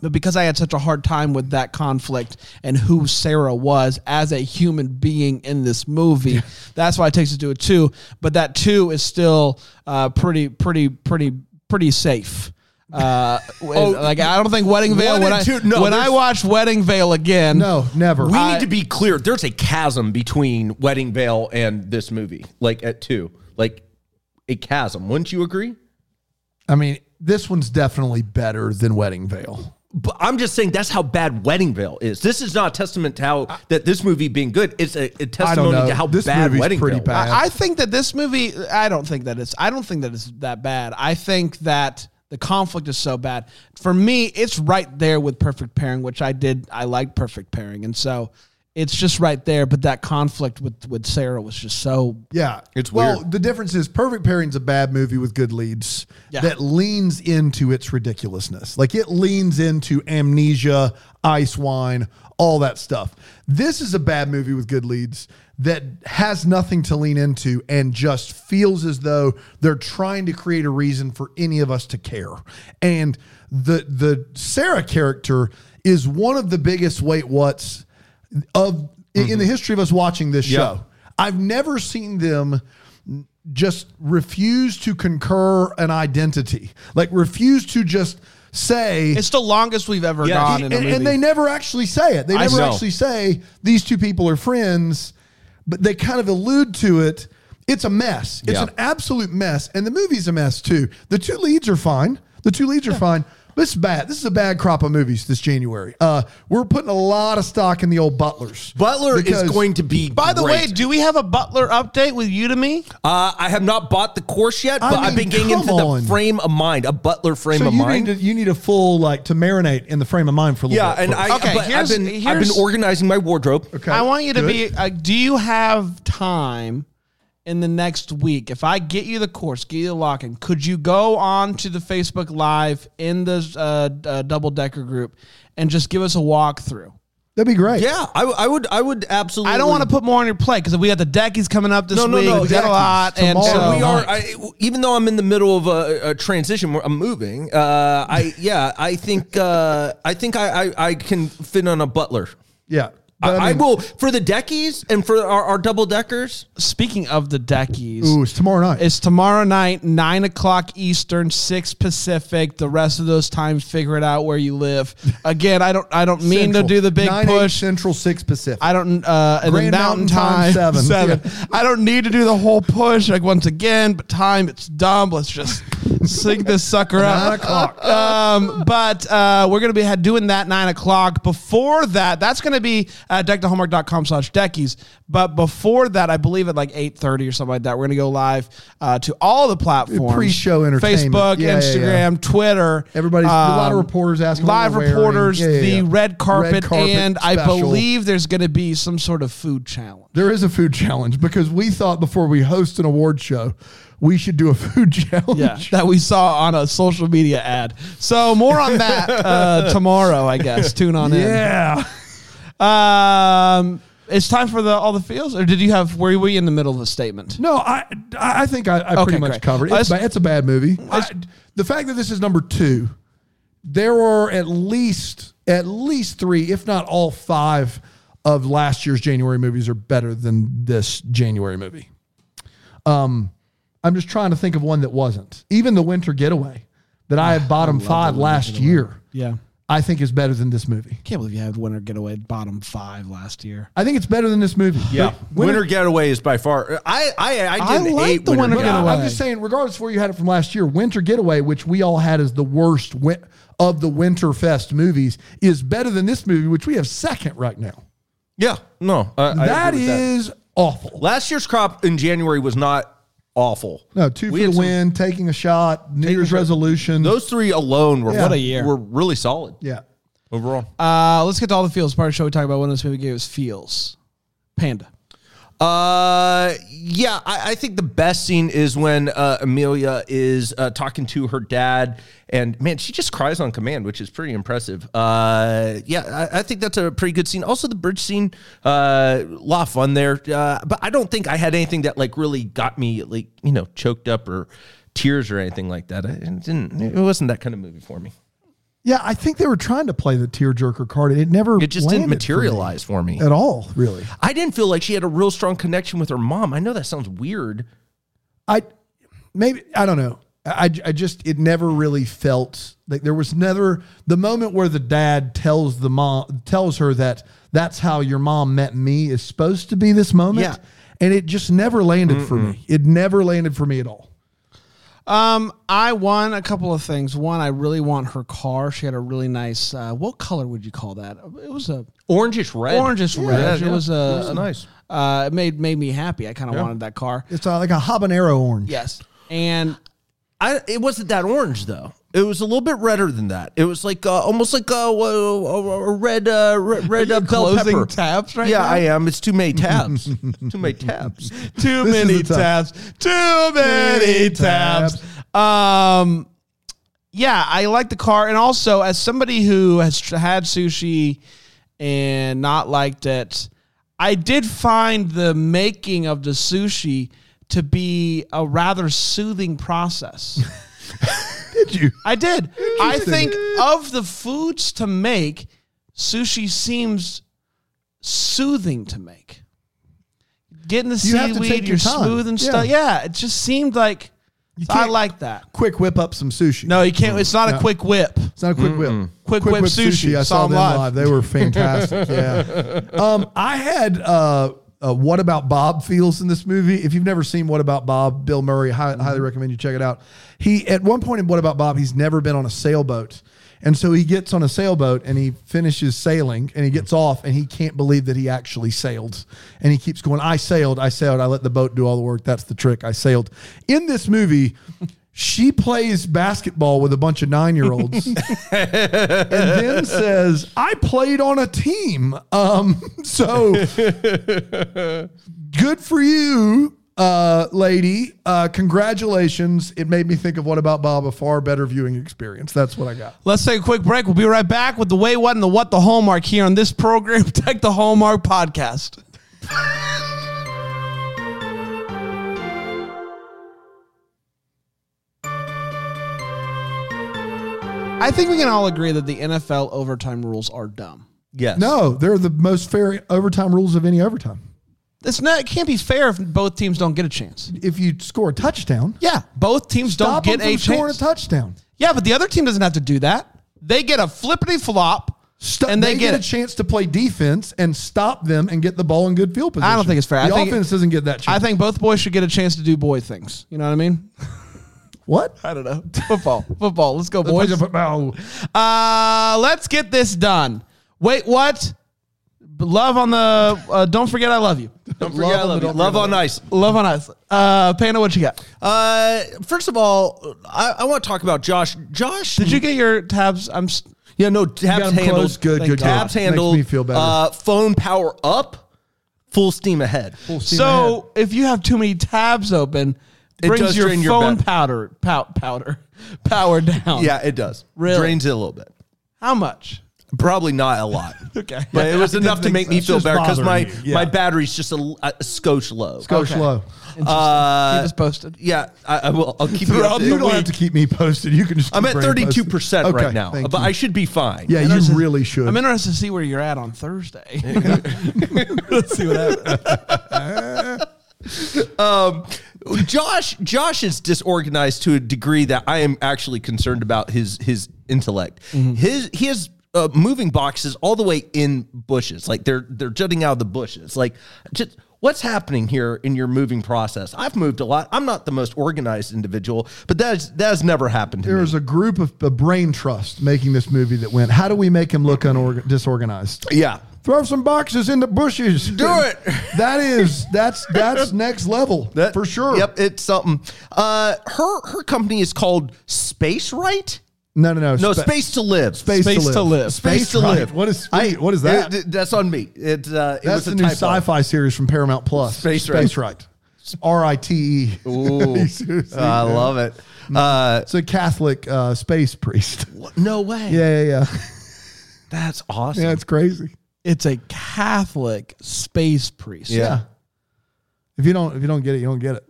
Speaker 2: But because I had such a hard time with that conflict and who Sarah was as a human being in this movie, that's why it takes it to a two. But that two is still uh, pretty, pretty, pretty, pretty safe. Uh, like I don't think Wedding Veil.
Speaker 3: Oh. One
Speaker 2: When,
Speaker 3: and
Speaker 2: I,
Speaker 3: two- no,
Speaker 2: when I
Speaker 3: there's-
Speaker 2: watch Wedding Veil again,
Speaker 4: no, never.
Speaker 3: We need to be clear. There's a chasm between Wedding Veil and this movie, like at two, like a chasm. Wouldn't you agree?
Speaker 4: I mean, this one's definitely better than Wedding Veil.
Speaker 3: But I'm just saying that's how bad Wedding Veil is. This is not a testament to how that this movie being good. It's a, a testimony
Speaker 4: know.
Speaker 3: to how
Speaker 4: This
Speaker 3: bad
Speaker 4: movie's
Speaker 3: Wedding
Speaker 4: pretty
Speaker 3: Veil. was.
Speaker 4: bad.
Speaker 2: I, I think that this movie. I don't think that it's. I don't think that it's that bad. I think that the conflict is so bad. For me, it's right there with Perfect Pairing, which I did. I liked Perfect Pairing, and so it's just right there. But that conflict with with Sarah was just so.
Speaker 4: Yeah,
Speaker 3: It's
Speaker 4: well.
Speaker 3: weird.
Speaker 4: The difference is Perfect Pairing's a bad movie with good leads
Speaker 2: Yeah.
Speaker 4: that leans into its ridiculousness. Like it leans into amnesia, ice wine, all that stuff. This is a bad movie with good leads that has nothing to lean into and just feels as though they're trying to create a reason for any of us to care. And the the Sarah character is one of the biggest wait what's of in
Speaker 2: Mm-hmm.
Speaker 4: in the history of us watching this show. I've never seen them just refuse to concur an identity, like refuse to just say.
Speaker 2: It's the longest we've ever
Speaker 3: Yeah.
Speaker 2: gone
Speaker 4: and,
Speaker 2: in a movie.
Speaker 4: and they never actually say it. They never
Speaker 3: know.
Speaker 4: actually say these two people are friends, but they kind of allude to it. It's a mess. It's
Speaker 3: Yeah.
Speaker 4: an absolute mess, and the movie's a mess too. The two leads are fine. The two leads are fine. But it's bad. This is a bad crop of movies this January. Uh, we're putting a lot of stock in the old Butlers.
Speaker 3: Butler
Speaker 4: Because-
Speaker 3: is going to be.
Speaker 2: By the way,
Speaker 3: great.
Speaker 2: do we have a Butler update with Udemy?
Speaker 3: uh, I have not bought the course yet,
Speaker 4: I
Speaker 3: but I have been
Speaker 4: mean,
Speaker 3: getting
Speaker 4: come
Speaker 3: into
Speaker 4: on.
Speaker 3: the frame of mind, a Butler frame
Speaker 4: So
Speaker 3: of
Speaker 4: you
Speaker 3: mind.
Speaker 4: need to, you need a full like to marinate in the frame of mind for a little
Speaker 3: yeah,
Speaker 4: bit.
Speaker 3: and I,
Speaker 2: Okay,
Speaker 3: but I've
Speaker 2: here's-
Speaker 3: been I've
Speaker 2: here's-
Speaker 3: been organizing my wardrobe. Okay.
Speaker 2: I want you to be. Uh, do you have time in the next week? If I get you the course, get you the lock-in, could you go on to the Facebook Live in the uh, uh, double decker group and just give us a walkthrough?
Speaker 4: that'd be great.
Speaker 3: Yeah, I, w- I would I would absolutely.
Speaker 2: I don't want to put more on your plate because we got the deckies coming up this
Speaker 3: No, no,
Speaker 2: week.
Speaker 3: no,
Speaker 2: we got a
Speaker 3: Deckies
Speaker 2: lot, and
Speaker 4: tomorrow.
Speaker 2: so
Speaker 3: we are. I, even though I'm in the middle of a, a transition, where I'm moving. Uh, I yeah, I think uh, I think I, I I can fit on a butler.
Speaker 4: yeah.
Speaker 3: I,
Speaker 4: But
Speaker 3: I
Speaker 4: mean-
Speaker 3: will for the deckies and for our, our double deckers.
Speaker 2: Speaking of the deckies,
Speaker 4: Ooh, it's tomorrow night.
Speaker 2: It's tomorrow night, nine o'clock Eastern, six Pacific. The rest of those times, figure it out where you live. Again, I don't, I don't mean to
Speaker 4: Central.
Speaker 2: do the big
Speaker 4: 9, 8
Speaker 2: push.
Speaker 4: Central Six Pacific.
Speaker 2: I don't. Uh, and then
Speaker 4: Grand
Speaker 2: Mountain,
Speaker 4: Mountain
Speaker 2: Time,
Speaker 4: Time, seven.
Speaker 2: seven.
Speaker 4: Yeah.
Speaker 2: I don't need to do the whole push like once again, but time it's dumb. Let's just sing this sucker up.
Speaker 4: Nine o'clock.
Speaker 2: Um, but uh, we're gonna be had doing that nine o'clock. Before that, that's gonna be at decktohomework.com slash deckies. But before that, I believe at like eight thirty or something like that, we're gonna go live uh, to all the platforms,
Speaker 4: Pre-show entertainment.
Speaker 2: Facebook,
Speaker 4: Yeah, yeah,
Speaker 2: Instagram,
Speaker 4: yeah.
Speaker 2: Twitter.
Speaker 4: Everybody's- a lot of reporters asking what
Speaker 2: Um, Live
Speaker 4: we're wearing.
Speaker 2: reporters,
Speaker 4: Yeah, yeah,
Speaker 2: the
Speaker 4: yeah.
Speaker 2: red carpet,
Speaker 4: Red carpet
Speaker 2: and I
Speaker 4: special.
Speaker 2: believe there's gonna be some sort of food challenge.
Speaker 4: There is a food challenge because we thought before we host an award show, we should do a food challenge.
Speaker 2: Yeah, that we saw on a social media ad. So more on that uh, tomorrow, I guess. Tune on in.
Speaker 4: Yeah.
Speaker 2: Um, It's time for the all the feels, or did you have? Were we in the middle of a statement?
Speaker 4: No, I I I think I, I
Speaker 2: Okay,
Speaker 4: pretty much
Speaker 2: great.
Speaker 4: covered it.
Speaker 2: Well,
Speaker 4: It's,
Speaker 2: that's-
Speaker 4: ba- it's a bad movie. I, the fact that this is number two, there were at least at least three, if not all five, of last year's January movies are better than this January movie. Um, I'm just trying to think of one that wasn't. Even the Winter Getaway that I had bottom five last year,
Speaker 2: Yeah,
Speaker 4: I think is better than this movie.
Speaker 2: can't believe you had Winter Getaway bottom five last year.
Speaker 4: I think it's better than this movie.
Speaker 3: Yeah,
Speaker 4: But
Speaker 3: winter, getaway is by far. I I I
Speaker 2: I
Speaker 3: didn't
Speaker 2: like
Speaker 3: hate
Speaker 2: the
Speaker 3: winter,
Speaker 2: Winter
Speaker 3: getaway.
Speaker 2: Getaway.
Speaker 4: I'm just saying, regardless of where you had it from last year, Winter Getaway, which we all had as the worst win- of the Winterfest movies, is better than this movie, which we have second right now.
Speaker 3: Yeah, no, I- I
Speaker 4: that
Speaker 3: agree with
Speaker 4: is awful.
Speaker 3: last year's crop in January was not awful.
Speaker 4: No, two
Speaker 3: We
Speaker 4: for the
Speaker 3: had some-
Speaker 4: win, taking a shot, New Year's resolution.
Speaker 3: Those three alone were
Speaker 4: What a
Speaker 2: year.
Speaker 3: Were really solid
Speaker 4: yeah.
Speaker 3: overall.
Speaker 2: Uh, let's get to all the feels part of the show. We talk about one of this movie gave us feels. Panda.
Speaker 3: Uh, yeah, I, I think the best scene is when uh, Amelia is uh, talking to her dad, and man, she just cries on command, which is pretty impressive. Uh, yeah, I, I think that's a pretty good scene. Also, the bridge scene, uh, a lot of fun there. Uh, but I don't think I had anything that like really got me like you know choked up or tears or anything like that. I it didn't. It wasn't that kind of movie for me.
Speaker 4: Yeah, I think they were trying to play the tearjerker card. and It never
Speaker 3: It just didn't
Speaker 4: landed for me
Speaker 3: materialize for me.
Speaker 4: at all, really.
Speaker 3: I didn't feel like she had a real strong connection with her mom. I know that sounds weird.
Speaker 4: I maybe I don't know. I, I just it never really felt like there was never the moment where the dad tells the mom tells her that that's how your mom met me is supposed to be this moment.
Speaker 2: Yeah.
Speaker 4: And it just never landed for me. It never landed for me at all.
Speaker 2: Um, I won a couple of things. One, I really want her car. She had a really nice. Uh, what color would you call that? It was a
Speaker 3: Orangish red.
Speaker 2: orangish
Speaker 3: Yeah,
Speaker 2: red.
Speaker 3: yeah.
Speaker 2: It was a
Speaker 3: It was nice.
Speaker 2: Uh, it made made me happy. I kind of wanted that car.
Speaker 4: It's uh, like a habanero orange.
Speaker 2: Yes, and
Speaker 3: I, it wasn't that orange though. It was a little bit redder than that. It was like uh, almost like a, a red uh, red, red uh, bell
Speaker 2: closing
Speaker 3: pepper.
Speaker 2: tabs right
Speaker 3: yeah,
Speaker 2: now?
Speaker 3: I am. It's too many tabs. too many tabs.
Speaker 2: too
Speaker 4: This is
Speaker 2: many
Speaker 4: the
Speaker 2: tabs. Too many
Speaker 4: many
Speaker 2: tabs. Um, yeah, I like the car, and also as somebody who has tr- had sushi and not liked it, I did find the making of the sushi to be a rather soothing process.
Speaker 4: Did you?
Speaker 2: I did. I think of the foods to make, sushi seems soothing to make. Getting the
Speaker 4: You have to
Speaker 2: seaweed,
Speaker 4: take your
Speaker 2: you're
Speaker 4: time.
Speaker 2: smooth and stuff. Yeah, it just seemed like I
Speaker 4: can't-
Speaker 2: like that.
Speaker 4: Quick whip up some sushi.
Speaker 2: No, you can't. It's not a quick whip.
Speaker 4: It's not a quick whip.
Speaker 2: Quick whip sushi. Saw
Speaker 4: I saw
Speaker 2: them
Speaker 4: them
Speaker 2: live.
Speaker 4: live. They were fantastic. yeah. Um, I had uh, uh, What About Bob feels in this movie. If you've never seen What About Bob, Bill Murray, hi-
Speaker 2: Mm-hmm.
Speaker 4: highly recommend you check it out. He at one point in What About Bob, he's never been on a sailboat. And so he gets on a sailboat and he finishes sailing and he gets
Speaker 2: Mm.
Speaker 4: off and he can't believe that he actually sailed. And he keeps going, I sailed, I sailed, I let the boat do all the work. That's the trick. I sailed. In this movie, she plays basketball with a bunch of nine year olds and then says, I played on a team. Um, so good for you, uh, lady. Uh, congratulations. It made me think of What About Bob, a far better viewing experience. That's what I got.
Speaker 2: Let's take a quick break. We'll be right back with the way, what, and the what, the hallmark here on this program, Tech the Hallmark podcast. I think we can all agree that the NFL overtime rules are dumb.
Speaker 3: Yes.
Speaker 4: No, they're the most fair overtime rules of any overtime.
Speaker 2: It's not. It can't be fair if both teams don't get a chance.
Speaker 4: If you score a touchdown,
Speaker 2: Yeah, both teams
Speaker 4: stop
Speaker 2: don't
Speaker 4: them
Speaker 2: get
Speaker 4: from
Speaker 2: a
Speaker 4: scoring
Speaker 2: chance.
Speaker 4: a touchdown.
Speaker 2: yeah, but the other team doesn't have to do that. They get a flippity flop,
Speaker 4: Stop,
Speaker 2: and they, get,
Speaker 4: a
Speaker 2: it.
Speaker 4: chance to play defense and stop them and get the ball in good field position.
Speaker 2: I don't think it's fair. I
Speaker 4: The
Speaker 2: think-
Speaker 4: offense doesn't get that
Speaker 2: I
Speaker 4: chance.
Speaker 2: think both boys should get a chance to do boy things. You know what I mean?
Speaker 4: what?
Speaker 2: I don't know. Football. Football. Let's go, boys.
Speaker 4: Oh.
Speaker 2: Uh, let's get this done. Wait, what? Love on the. Uh, don't forget, I love you.
Speaker 3: Don't forget I love, you. love on ice.
Speaker 2: Love on us. Uh, Panda, what you got?
Speaker 3: Uh, first of all, I, I want to talk about Josh. Josh,
Speaker 2: Did you get your tabs? I'm. s-
Speaker 3: Yeah, no, tabs
Speaker 4: them
Speaker 3: handled.
Speaker 4: close. Good,
Speaker 3: Thank
Speaker 4: good,
Speaker 3: God. Tabs
Speaker 4: good. Makes
Speaker 3: handled.
Speaker 4: me feel better.
Speaker 3: Uh, phone power up. Full steam ahead.
Speaker 2: So if you have too many tabs open,
Speaker 3: It
Speaker 2: brings
Speaker 3: does
Speaker 2: your
Speaker 3: drain your
Speaker 2: phone
Speaker 3: bat-
Speaker 2: powder pow, powder power down.
Speaker 3: Yeah, it does.
Speaker 2: Really?
Speaker 3: Drains it a little bit.
Speaker 2: How much?
Speaker 3: Probably not a lot.
Speaker 2: Okay.
Speaker 3: But it was
Speaker 4: I
Speaker 3: enough to
Speaker 4: didn't
Speaker 3: make
Speaker 4: think
Speaker 3: me
Speaker 4: so.
Speaker 3: feel
Speaker 4: It's
Speaker 3: better because
Speaker 4: bothering
Speaker 3: my,
Speaker 4: you. Yeah.
Speaker 3: my battery's just a, l- a skosh low.
Speaker 4: Go slow.
Speaker 3: Uh,
Speaker 2: Keep us posted.
Speaker 3: Yeah, I, I will. I'll keep you
Speaker 4: You
Speaker 3: up to
Speaker 4: don't
Speaker 3: the
Speaker 4: have
Speaker 3: week.
Speaker 4: to keep me posted. You can just.
Speaker 3: I'm
Speaker 4: keep
Speaker 3: at
Speaker 4: Brandon
Speaker 3: 32 percent
Speaker 4: posted.
Speaker 3: right
Speaker 4: Okay,
Speaker 3: now,
Speaker 4: thank
Speaker 3: but
Speaker 4: you.
Speaker 3: I should be fine.
Speaker 4: Yeah, you
Speaker 2: Interested-
Speaker 4: really should.
Speaker 2: I'm interested to see where you're at on Thursday. Let's see what happens.
Speaker 3: Um, Josh, Josh is disorganized to a degree that I am actually concerned about his his intellect.
Speaker 4: Mm-hmm.
Speaker 3: His he has uh, moving boxes all the way in bushes, like they're they're jutting out of the bushes. Like, just what's happening here in your moving process? I've moved a lot. I'm not the most organized individual, but that is that has never happened to
Speaker 4: there
Speaker 3: me.
Speaker 4: was a group of a brain trust making this movie that went. How do we make him look unorg- disorganized?
Speaker 3: yeah,
Speaker 4: Throw some boxes in the bushes. Do
Speaker 3: it.
Speaker 4: That is that's that's next level
Speaker 3: That-
Speaker 4: for sure.
Speaker 3: Yep, it's something. Uh, her her company is called Space Right.
Speaker 4: No, no, no.
Speaker 3: No,
Speaker 4: Spa-
Speaker 3: Space to Live.
Speaker 2: Space to Live.
Speaker 3: Space, to
Speaker 4: Right.
Speaker 3: Live.
Speaker 4: What is what is that?
Speaker 3: it- it- that's on me. It, uh, it
Speaker 4: That's
Speaker 3: was a
Speaker 4: the new
Speaker 3: typo.
Speaker 4: sci-fi series from Paramount Plus.
Speaker 3: Space Right.
Speaker 4: Space Right. R I T E. Seriously,
Speaker 3: Uh,
Speaker 4: Mm.
Speaker 3: I
Speaker 4: man.
Speaker 3: love it. Uh,
Speaker 4: It's a Catholic uh, space priest.
Speaker 3: no way.
Speaker 4: Yeah, yeah, yeah.
Speaker 3: That's awesome.
Speaker 4: Yeah, it's crazy.
Speaker 2: It's a Catholic space priest.
Speaker 3: Yeah.
Speaker 4: If you don't if you don't get it, you don't get it.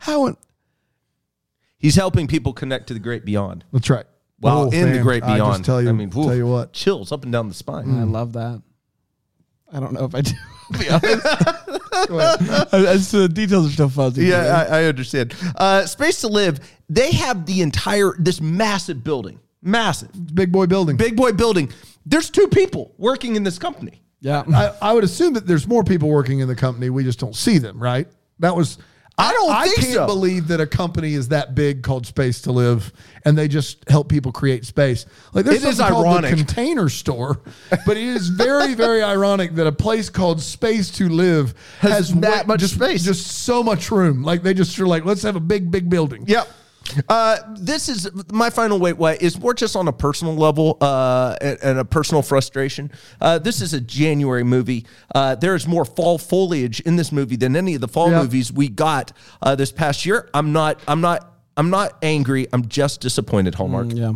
Speaker 2: How? in-
Speaker 3: He's helping people connect to the great beyond.
Speaker 4: That's right.
Speaker 3: Wow,
Speaker 4: Oh,
Speaker 3: in the
Speaker 4: man.
Speaker 3: great beyond.
Speaker 4: I just tell you,
Speaker 3: woof,
Speaker 4: tell you what. Mm.
Speaker 3: chills up and down the spine.
Speaker 2: I love that. I don't know if I do.
Speaker 4: Go ahead.
Speaker 2: As the details are still fuzzy.
Speaker 3: Yeah, I, I understand. Uh, Space to Live. They have the entire this massive building, massive
Speaker 4: Big boy building.
Speaker 3: big boy building. There's two people working in this company.
Speaker 2: yeah.
Speaker 4: I, I would assume that there's more people working in the company. We just don't see them, right? That was. I
Speaker 3: don't
Speaker 4: I
Speaker 3: think
Speaker 4: can't
Speaker 3: so.
Speaker 4: believe that a company is that big called Space to Live, and they just help people create space. Like there's
Speaker 3: It is
Speaker 4: something called
Speaker 3: ironic.
Speaker 4: the Container Store, but it is very, very ironic that a place called Space to Live has,
Speaker 3: that
Speaker 4: wa-
Speaker 3: much
Speaker 4: just,
Speaker 3: space.
Speaker 4: just so much room. Like they just are like, let's have a big, big building.
Speaker 3: Yep. Uh, this is my final wait. What is more just on a personal level uh, and, and a personal frustration. Uh, this is a January movie. Uh, there is more fall foliage in this movie than any of the fall
Speaker 4: Yeah.
Speaker 3: movies we got uh, this past year. I'm not. I'm not. I'm not angry. I'm just disappointed. Hallmark.
Speaker 2: yeah.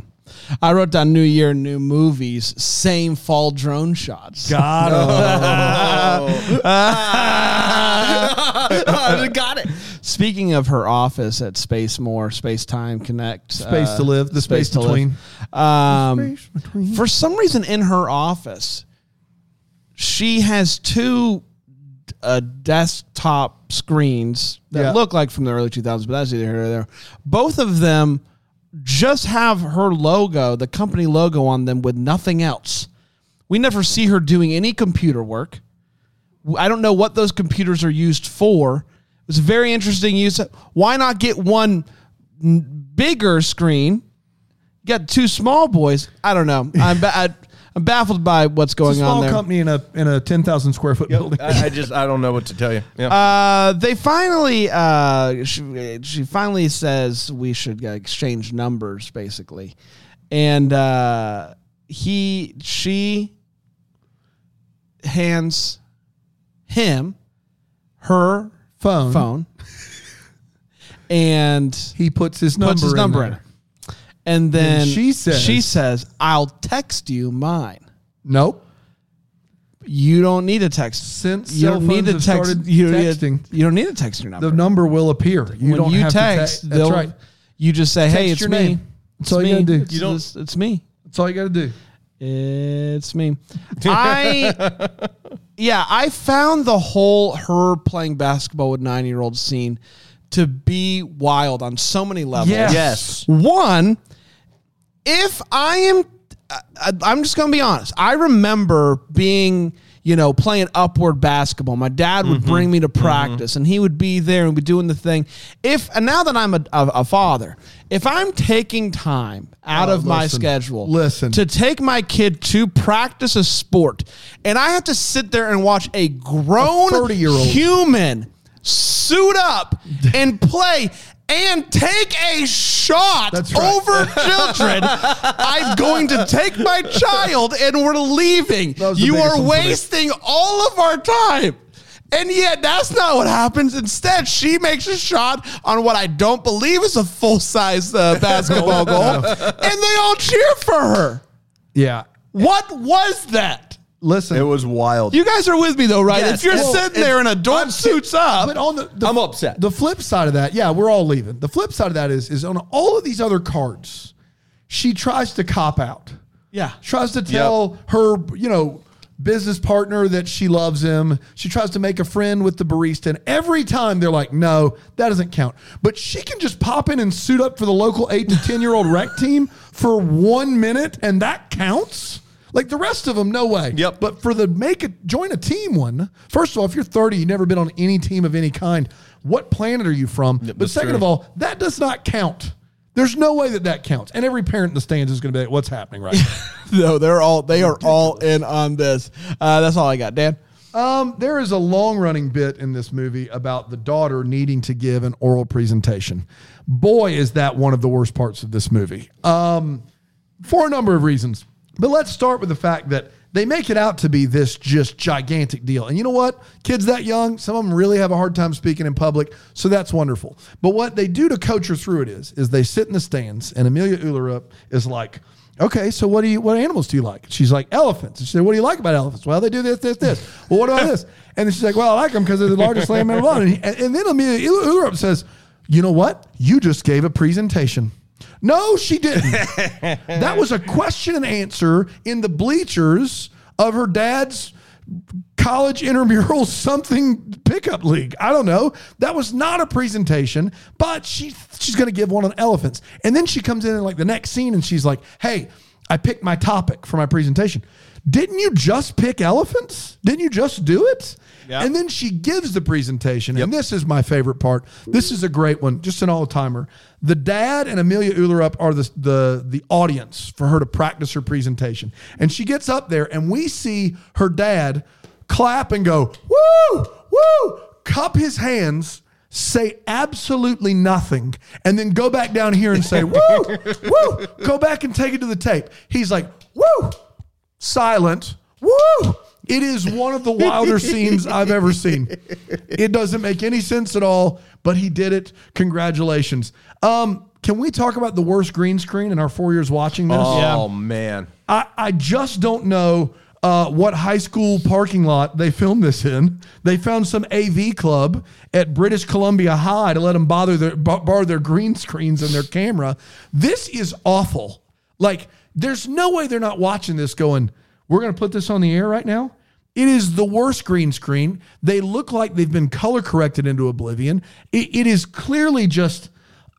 Speaker 2: I wrote down New Year, New Movies, same fall drone shots.
Speaker 4: God, Oh.
Speaker 3: got it.
Speaker 2: Speaking of her office at Space More, Space Time Connect, uh,
Speaker 4: Space to Live, the space
Speaker 2: to
Speaker 4: between.
Speaker 2: Live. Um, For some reason, in her office, she has two uh, desktop screens that
Speaker 4: Yeah.
Speaker 2: look like from the early 2000s, but that's either here or there. Both of them just have her logo, the company logo on them, with nothing else. We never see her doing any computer work. I don't know what those computers are used for. It was a very interesting use. Why not get one n- bigger screen? Got two small boys. I don't know. I'm ba- I, am baffled by what's going
Speaker 4: it's a small
Speaker 2: on there.
Speaker 4: company in a in a ten thousand square foot building.
Speaker 3: I, I just. I don't know what to tell you. Yeah.
Speaker 2: Uh, they finally, uh, she, she finally says we should uh, exchange numbers, basically, and uh, he, she hands him her
Speaker 4: phone.
Speaker 2: phone, and
Speaker 4: He puts his number.
Speaker 2: puts his
Speaker 4: in
Speaker 2: number in.
Speaker 4: there.
Speaker 2: And then
Speaker 4: And she says-
Speaker 2: she says, "I'll text you mine."
Speaker 4: Nope.
Speaker 2: You don't need a text.
Speaker 4: Since
Speaker 2: you
Speaker 4: cell
Speaker 2: don't need to
Speaker 4: phones have
Speaker 2: text.
Speaker 4: started
Speaker 2: You, don't need-
Speaker 4: texting.
Speaker 2: you don't need to text your number.
Speaker 4: the number will appear. You
Speaker 2: when
Speaker 4: don't
Speaker 2: you
Speaker 4: have
Speaker 2: text,
Speaker 4: to text. That's
Speaker 2: they'll,
Speaker 4: right.
Speaker 2: You just say, "Hey,
Speaker 4: Text
Speaker 2: it's
Speaker 4: your
Speaker 2: me."
Speaker 4: name. That's
Speaker 2: It's
Speaker 4: all
Speaker 2: me.
Speaker 4: you gotta do.
Speaker 2: It's,
Speaker 4: You don't-
Speaker 2: it's- it's me.
Speaker 4: That's all you got to do.
Speaker 2: It's me. I yeah, I found the whole her playing basketball with nine year olds scene to be wild on so many levels.
Speaker 4: Yes.
Speaker 3: Yes.
Speaker 2: One, if I am, I, I- I'm just going to be honest. I remember being, you know, playing upward basketball. My dad
Speaker 4: Mm-hmm.
Speaker 2: would bring me to practice and he would be there and be doing the thing. If, and now that I'm a, a, a father, if I'm taking time out
Speaker 4: Oh,
Speaker 2: of my
Speaker 4: listen.
Speaker 2: schedule
Speaker 4: Listen.
Speaker 2: to take my kid to practice a sport and I have to sit there and watch a grown
Speaker 4: 30-year-old.
Speaker 2: human suit up and play and take a shot
Speaker 4: That's right.
Speaker 2: over children. I'm going to take my child and we're leaving.
Speaker 4: That was the
Speaker 2: You
Speaker 4: biggest
Speaker 2: are
Speaker 4: one for me.
Speaker 2: wasting all of our time. And yet, that's not what happens. Instead, she makes a shot on what I don't believe is a full size uh, basketball goal, and they all cheer for her.
Speaker 4: Yeah.
Speaker 2: What was that?
Speaker 4: Listen,
Speaker 3: It was wild.
Speaker 2: You guys are with me though, right?
Speaker 3: Yes,
Speaker 2: if you're
Speaker 3: well,
Speaker 2: sitting there in a dorm suits up,
Speaker 4: but on the, the
Speaker 3: I'm upset.
Speaker 4: The flip side of that, yeah, we're all leaving. The flip side of that is is on all of these other cards, she tries to cop out.
Speaker 2: yeah,
Speaker 4: Tries to tell her, you know, business partner that she loves him. She tries to make a friend with the barista, and every time they're like, "No, that doesn't count." But she can just pop in and suit up for the local eight to ten year old rec team for one minute, and that counts. Like the rest of them, no way.
Speaker 3: Yep.
Speaker 4: But for the make a join a team one, first of all, if you're 30, you've never been on any team of any kind. What planet are you from? but
Speaker 3: that's
Speaker 4: second
Speaker 3: true.
Speaker 4: of all, that does not count. There's no way that that counts. And every parent in the stands is going to be like, "What's happening right now?"
Speaker 2: no, they're all they are all in on this. Uh, that's all I got, Dan.
Speaker 4: Um, there is a long running bit in this movie about the daughter needing to give an oral presentation. Boy, is that one of the worst parts of this movie um, for a number of reasons. But let's start with the fact that they make it out to be this just gigantic deal. And you know what? Kids that young, some of them really have a hard time speaking in public, so that's wonderful. But what they do to coach her through it is, is they sit in the stands, and Amelia Ullerup is like, okay, so what do you what animals do you like? She's like elephants. And she said, what do you like about elephants? Well, they do this, this, this. Well, what about this? And then she's like, well, I like them because they're the largest land mammal. And, he- and, and then Amelia Ullerup says, you know what? You just gave a presentation. No, she didn't. that was a question and answer in the bleachers of her dad's college intramural something pickup league. I don't know. That was not a presentation, but she she's going to give one on elephants. And then she comes in in like the next scene and she's like, "Hey, I picked my topic for my presentation. Didn't you just pick elephants? Didn't you just do it?" And then she gives the presentation. And this is my favorite part. This is a great one, just an all-timer. The dad and Amelia Ullerup are the, the the audience for her to practice her presentation. And she gets up there and we see her dad clap and go, woo, woo, cup his hands, say absolutely nothing, and then go back down here and say, woo, woo, go back and take it to the tape. He's like, woo, silent, woo. It is one of the wilder scenes I've ever seen. It doesn't make any sense at all, but he did it. Congratulations. Um, can we talk about the worst green screen in our four years watching this?
Speaker 3: oh man.
Speaker 4: I, I just don't know uh, what high school parking lot they filmed this in. They found some AV club at British Columbia High to let them bother their, bo- borrow their green screens and their camera. This is awful. Like, there's no way they're not watching this going, we're going to put this on the air right now. It is the worst green screen. They look like they've been color corrected into oblivion. It, it is clearly just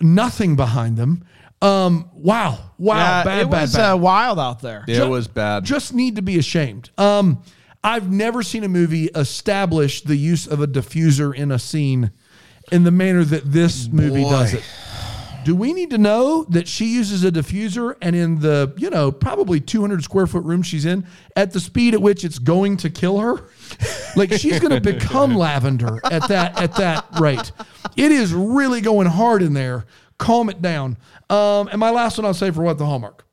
Speaker 4: nothing behind them. Um, wow. Wow.
Speaker 2: Yeah,
Speaker 4: bad,
Speaker 2: it
Speaker 4: bad,
Speaker 2: was
Speaker 4: bad.
Speaker 2: Uh, wild out there.
Speaker 3: It was bad.
Speaker 4: Just need to be ashamed. Um, I've never seen a movie establish the use of a diffuser in a scene in the manner that this movie does it. Do we need to know that she uses a diffuser and in the, you know, probably 200 square foot room she's in, at the speed at which it's going to kill her? Like she's going to become lavender at that at that rate. It is really going hard in there. Calm it down. Um, and my last one I'll say for what the hallmark.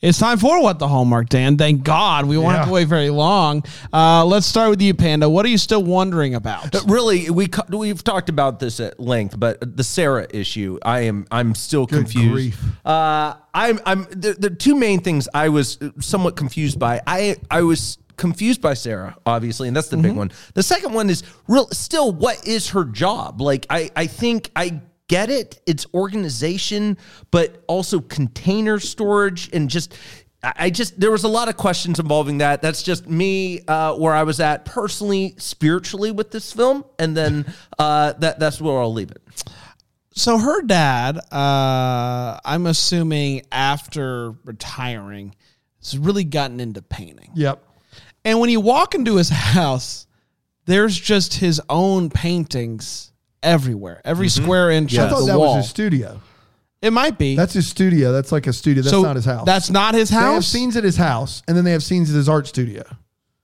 Speaker 2: It's time for what the hallmark, Dan. Thank God we won't have to
Speaker 4: Yeah.
Speaker 2: wait very long. Uh, let's start with you, Panda. What are you still wondering about?
Speaker 3: But really, we co- we've talked about this at length, but the Sarah issue, I am I'm still confused.
Speaker 4: grief.
Speaker 3: Uh, I'm I'm the, the two main things I was somewhat confused by. I I was confused by Sarah, obviously, and that's the big one. The second one is real. Still, what is her job? Like I I think I get it. It's organization, but also container storage and just. I I just there was a lot of questions involving that. That's just me uh, where I was at personally, spiritually with this film, and then uh, that that's where I'll leave it.
Speaker 2: so her dad, uh, I'm assuming after retiring, has really gotten into painting.
Speaker 4: Yep.
Speaker 2: And when you walk into his house, there's just his own paintings everywhere, every square inch
Speaker 4: Mm-hmm. I
Speaker 2: of
Speaker 4: thought
Speaker 2: the
Speaker 4: that
Speaker 2: wall.
Speaker 4: was his studio.
Speaker 2: it might be.
Speaker 4: That's his studio. That's like a studio. That's not his house.
Speaker 2: That's not his
Speaker 4: They have
Speaker 2: house.
Speaker 4: scenes at his house, and then they have scenes at his art studio.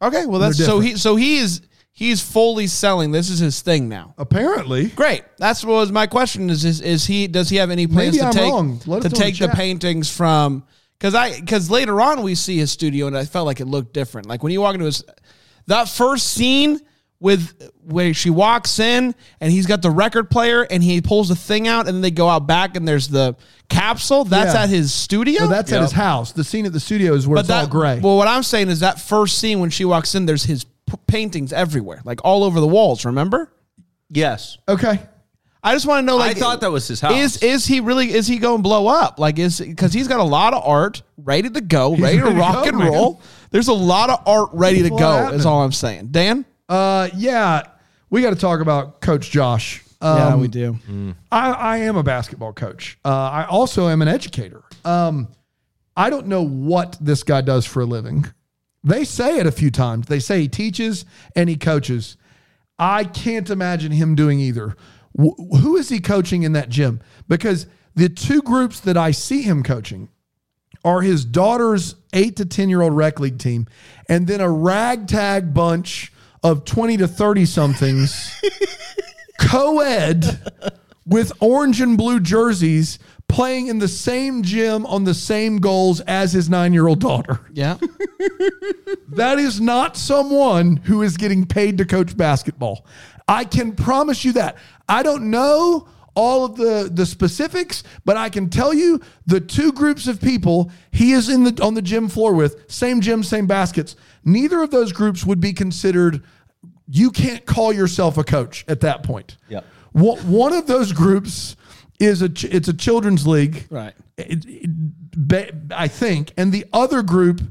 Speaker 2: okay, well that's
Speaker 4: They're
Speaker 2: so
Speaker 4: different.
Speaker 2: he so he is he's fully selling. This is his thing now.
Speaker 4: Apparently,
Speaker 2: Great. That's what was my question. Is is, is he does he have any plans
Speaker 4: Maybe
Speaker 2: to
Speaker 4: I'm
Speaker 2: take
Speaker 4: wrong. Let us
Speaker 2: to
Speaker 4: know in the
Speaker 2: take the,
Speaker 4: chat.
Speaker 2: paintings from? Because I because later on we see his studio and I felt like it looked different. Like when you walk into his that first scene with where she walks in and he's got the record player and he pulls the thing out and then they go out back and there's the capsule. That's
Speaker 4: Yeah.
Speaker 2: at his studio.
Speaker 4: But that's at his house. The scene at the studio is where it's all gray.
Speaker 2: Well, what I'm saying is that first scene when she walks in, there's his p- paintings everywhere, like all over the walls. Remember?
Speaker 3: Yes.
Speaker 4: okay.
Speaker 2: I just want to know. Like,
Speaker 3: I thought that was his house.
Speaker 2: Is is he really? Is he going to blow up? Like, is because he's got a lot of art ready to go, ready,
Speaker 4: ready
Speaker 2: to
Speaker 4: to
Speaker 2: rock
Speaker 4: go,
Speaker 2: and
Speaker 4: man.
Speaker 2: roll. There's a lot of art ready to
Speaker 4: Well,
Speaker 2: go.
Speaker 4: happened.
Speaker 2: Is all I'm saying. Dan.
Speaker 4: Uh, yeah, we got to talk about Coach Josh. Um,
Speaker 2: do.
Speaker 4: I, I am a basketball coach. Uh, I also am an educator. Um, I don't know what this guy does for a living. They say it a few times. They say he teaches and he coaches. I can't imagine him doing either. Wh- who is he coaching in that gym? Because the two groups that I see him coaching are his daughter's eight to 10 year old rec league team and then a ragtag bunch of 20 to 30 somethings co ed with orange and blue jerseys playing in the same gym on the same goals as his nine year old daughter.
Speaker 2: Yeah.
Speaker 4: That is not someone who is getting paid to coach basketball. I can promise you that. I don't know all of the the specifics, but I can tell you the two groups of people he is in the on the gym floor with, same gym, same baskets. Neither of those groups would be considered you can't call yourself a coach at that point.
Speaker 3: Yep.
Speaker 4: One, one of those groups is a ch- it's a children's league
Speaker 2: Right.
Speaker 4: it, it, ba- I think. And the other group,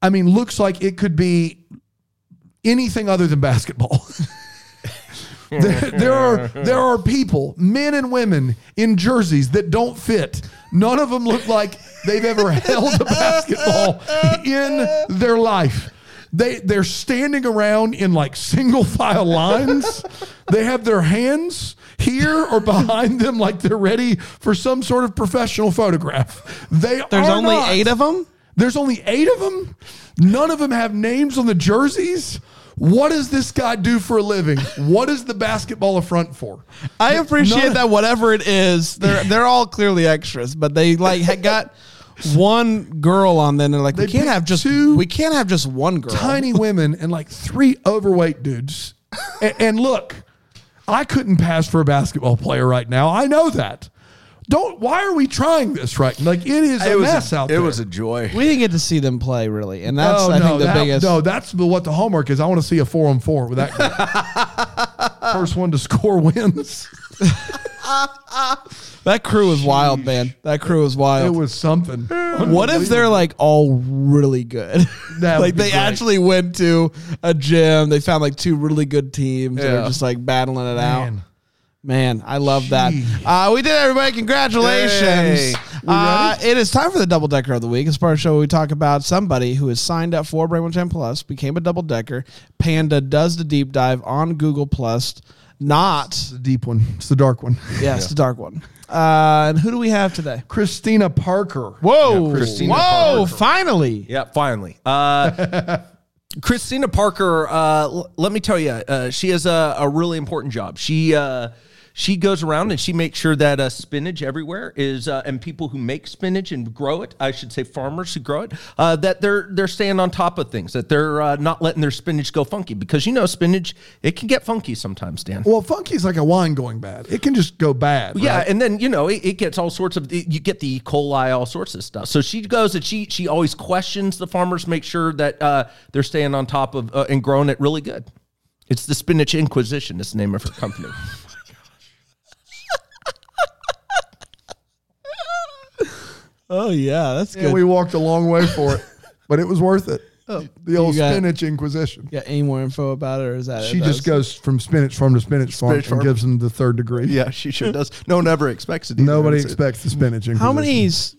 Speaker 4: I mean, looks like it could be anything other than basketball. there, there are there are people, men and women, in jerseys that don't fit. None of them look like they've ever held a basketball in their life. They they're standing around in like single file lines. they have their hands here or behind them, like they're ready for some sort of professional photograph. They
Speaker 2: There's
Speaker 4: are
Speaker 2: only
Speaker 4: not.
Speaker 2: eight of them.
Speaker 4: There's only eight of them. None of them have names on the jerseys. What does this guy do for a living? What is the basketball affront for?
Speaker 2: I appreciate
Speaker 4: None-
Speaker 2: that whatever it is, they're they're all clearly extras, but they like had got one girl on then they're like we
Speaker 4: They
Speaker 2: can't
Speaker 4: picked
Speaker 2: have just
Speaker 4: two
Speaker 2: we can't have just one girl.
Speaker 4: Tiny women and like three overweight dudes. And, and look, I couldn't pass for a basketball player right now. I know that. Don't. Why are we trying this right? Like it is a mess out there.
Speaker 3: joy.
Speaker 2: We didn't get to see them play really, and that's I think the
Speaker 4: that-
Speaker 2: biggest.
Speaker 4: Oh, No, that's the, what the homework is. I want to see a four on four with that. guy. First one to score wins.
Speaker 2: that crew was wild, man. That crew was
Speaker 4: It
Speaker 2: wild.
Speaker 4: was something.
Speaker 2: what if they're like all really good?
Speaker 4: That
Speaker 2: like
Speaker 4: would be
Speaker 2: they
Speaker 4: great.
Speaker 2: actually went to a gym, they found like two really good teams, and they're
Speaker 3: Yeah.
Speaker 2: just like battling it out.
Speaker 4: Man.
Speaker 2: Man, I love
Speaker 4: Jeez.
Speaker 2: that. Uh, we did it, everybody. Congratulations.
Speaker 3: Yay.
Speaker 2: Uh, it is time for the double decker of the week. It's part of the show where we talk about somebody who has signed up for Brainwatch Ten Plus, became a double decker. Panda does the deep dive on Google Plus, not,
Speaker 4: the deep one. It's the dark one.
Speaker 2: yes, the dark one. Uh, and who do we have today?
Speaker 4: Christina Parker.
Speaker 2: Whoa.
Speaker 3: Christina
Speaker 2: Whoa,
Speaker 3: Parker.
Speaker 2: finally.
Speaker 3: Yeah, finally. Uh, Christina Parker, uh, l- let me tell you, uh, she has a, a really important job. She uh, she goes around and she makes sure that uh, spinach everywhere is, uh, and people who make spinach and grow it, I should say farmers who grow it, uh, that they're they're staying on top of things, that they're uh, not letting their spinach go funky because you know spinach it can get funky sometimes, Dan.
Speaker 4: Well, funky's like a wine going bad. It can just go bad.
Speaker 3: Yeah,
Speaker 4: right?
Speaker 3: and then you know it, it gets all sorts of it- you get the E. coli, all sorts of stuff. So she goes and she she always questions the farmers, make sure that uh, they're staying on top of uh, and growing it really good. It's the Spinach Inquisition. Is the name of her company.
Speaker 2: Oh, yeah. That's
Speaker 4: And we walked a long way for it, but it was worth it. the
Speaker 2: Oh.
Speaker 4: old
Speaker 2: got-
Speaker 4: spinach inquisition.
Speaker 2: Got any more info about it, or is that it?
Speaker 4: She just
Speaker 2: That's-
Speaker 4: goes from spinach farm to spinach, farm
Speaker 3: Spinach farm.
Speaker 4: and gives them the third degree.
Speaker 3: yeah, she sure does. No one ever expects it.
Speaker 4: Nobody expects the spinach inquisition.
Speaker 2: How many s-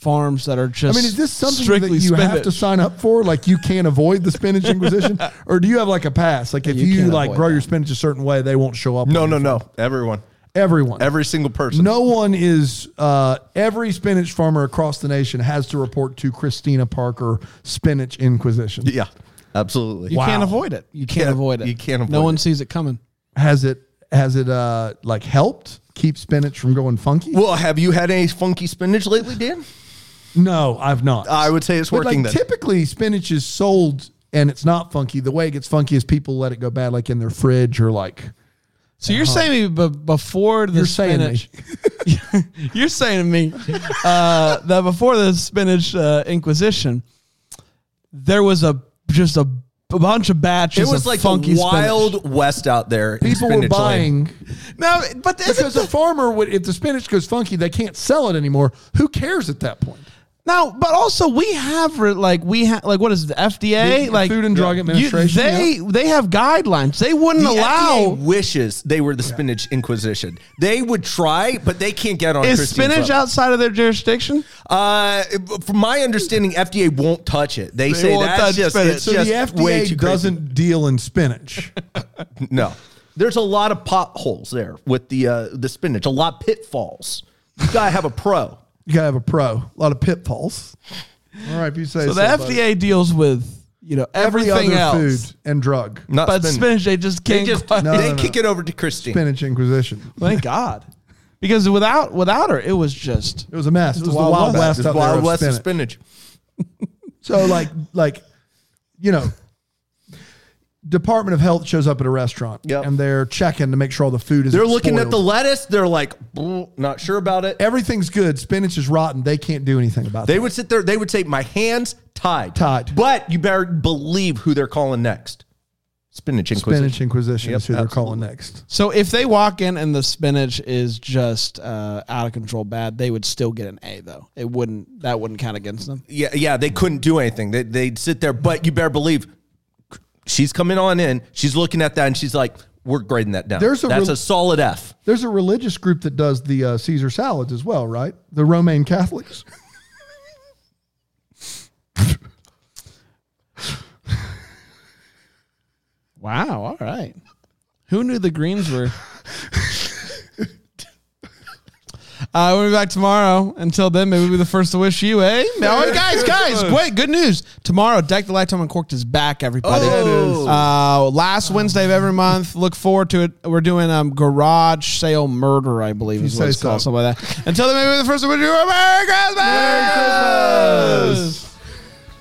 Speaker 2: farms that are
Speaker 4: I
Speaker 2: just.
Speaker 4: mean, is this something that
Speaker 2: strictly
Speaker 4: you have
Speaker 2: spinach?
Speaker 4: to sign up for? Like you can't avoid the spinach inquisition, or do you have like a pass? Like if
Speaker 2: You
Speaker 4: you,
Speaker 2: can't
Speaker 4: like
Speaker 2: avoid
Speaker 4: grow
Speaker 2: that.
Speaker 4: your spinach a certain way, they won't show up.
Speaker 3: No,
Speaker 4: on
Speaker 3: no,
Speaker 4: your
Speaker 3: no.
Speaker 4: farm.
Speaker 3: Everyone,
Speaker 4: Everyone,
Speaker 3: every single person.
Speaker 4: No one is. Uh, every spinach farmer across the nation has to report to Christina Parker Spinach Inquisition.
Speaker 3: Yeah, absolutely.
Speaker 2: You can't
Speaker 4: Wow.
Speaker 2: avoid it. You can't
Speaker 3: Yeah,
Speaker 2: avoid it.
Speaker 3: you can't
Speaker 2: No
Speaker 3: avoid
Speaker 2: one
Speaker 3: it.
Speaker 2: sees it coming.
Speaker 4: Has it? Has it? Uh, like helped keep spinach from going funky?
Speaker 3: Well, have you had any funky spinach lately, Dan?
Speaker 4: no, I've not.
Speaker 3: I would say it's
Speaker 4: But,
Speaker 3: working
Speaker 4: Like,
Speaker 3: then.
Speaker 4: typically, spinach is sold and it's not funky. The way it gets funky is people let it go bad, like in their fridge or like
Speaker 2: So you're saying me b- before the
Speaker 4: You're saying me.
Speaker 2: spinach, you're saying to me uh, that before the spinach uh, Inquisition, there was a just a, a bunch of batches.
Speaker 3: It was
Speaker 2: of
Speaker 3: like
Speaker 2: funky
Speaker 3: the wild west out there. in
Speaker 4: people were
Speaker 3: spinach land.
Speaker 4: buying
Speaker 2: Spinach. No, but isn't
Speaker 4: because
Speaker 2: the,
Speaker 4: a farmer would if the spinach goes funky, they can't sell it anymore. Who cares at that point?
Speaker 2: no, but also we have re- like we have like what is it, the FDA
Speaker 4: The
Speaker 2: like
Speaker 4: Food and Drug
Speaker 2: you-
Speaker 4: Administration,
Speaker 2: they they have guidelines. They wouldn't
Speaker 3: The
Speaker 2: allow
Speaker 3: FDA wishes they were the spinach inquisition. They would try, but they can't get on.
Speaker 2: is
Speaker 3: Christine's
Speaker 2: spinach
Speaker 3: level.
Speaker 2: outside of their jurisdiction.
Speaker 3: Uh, from my understanding, FDA won't touch it. They, say
Speaker 2: won't touch
Speaker 3: that's just,
Speaker 2: spinach.
Speaker 3: it's
Speaker 4: So
Speaker 3: just
Speaker 4: the
Speaker 3: way too
Speaker 4: FDA doesn't deal in spinach.
Speaker 3: crazy. No, there's a lot of potholes there with the uh, the spinach. A lot of pitfalls. You gotta have a pro.
Speaker 4: You gotta have a pro. A lot of pitfalls. All right, if you say
Speaker 2: So
Speaker 4: so.
Speaker 2: the
Speaker 4: buddy.
Speaker 2: FDA deals with you know
Speaker 4: every
Speaker 2: everything
Speaker 4: other
Speaker 2: else,
Speaker 4: food and drug.
Speaker 3: Not
Speaker 2: but spinach. they just can't.
Speaker 3: They just
Speaker 2: quite-
Speaker 4: No,
Speaker 3: they
Speaker 4: no, no.
Speaker 3: kick it over to Christine.
Speaker 4: Spinach Inquisition.
Speaker 2: Thank God. Because without without her, it was just
Speaker 4: It was a mess. It
Speaker 2: was
Speaker 4: was, the
Speaker 2: Wild
Speaker 4: Wild
Speaker 2: West.
Speaker 4: West,
Speaker 3: This
Speaker 4: out there
Speaker 3: Wild
Speaker 4: of
Speaker 3: West of
Speaker 4: spinach.
Speaker 3: spinach.
Speaker 4: So like like you know Department of Health shows up at a restaurant
Speaker 3: Yep.
Speaker 4: and they're checking to make sure all the food is
Speaker 3: They're looking at the
Speaker 4: spoiled.
Speaker 3: lettuce. They're like, "Mm, not sure about it.
Speaker 4: everything's good, spinach is rotten, they can't do anything about
Speaker 3: They
Speaker 4: that.
Speaker 3: would sit there. They would say, "My hands tied,
Speaker 4: Tied.
Speaker 3: But you better believe who they're calling next. Spinach Inquisition.
Speaker 4: Spinach Inquisition
Speaker 3: Yep,
Speaker 4: is who they're
Speaker 3: absolutely.
Speaker 4: calling next.
Speaker 2: so if they walk in and the spinach is just uh, out of control bad, they would still get an A though. It wouldn't that wouldn't count against them.
Speaker 3: Yeah, yeah. They couldn't do anything. They, they'd sit there, but you better believe she's coming on in. She's looking at that and she's like, "We're grading that down.
Speaker 4: There's a
Speaker 3: That's
Speaker 4: real-
Speaker 3: a solid F."
Speaker 4: There's a religious group that does the uh, Caesar salads as well, right? The Romaine Catholics.
Speaker 2: Wow, all right. Who knew the greens were Uh, we'll be back tomorrow. Until then, maybe we'll be the first to wish you, eh? No, hey, guys, guys, wait, good news. Tomorrow, Deck the Lifetime Uncorked is back, everybody.
Speaker 3: Oh. Yeah, it is.
Speaker 2: Uh, last Wednesday of every month. Look forward to it. We're doing um, Garage Sale Murder, I believe is
Speaker 4: you
Speaker 2: what
Speaker 4: say
Speaker 2: it's called,
Speaker 4: so.
Speaker 2: something like that. Until then, maybe we'll be the first to wish you a Merry Christmas!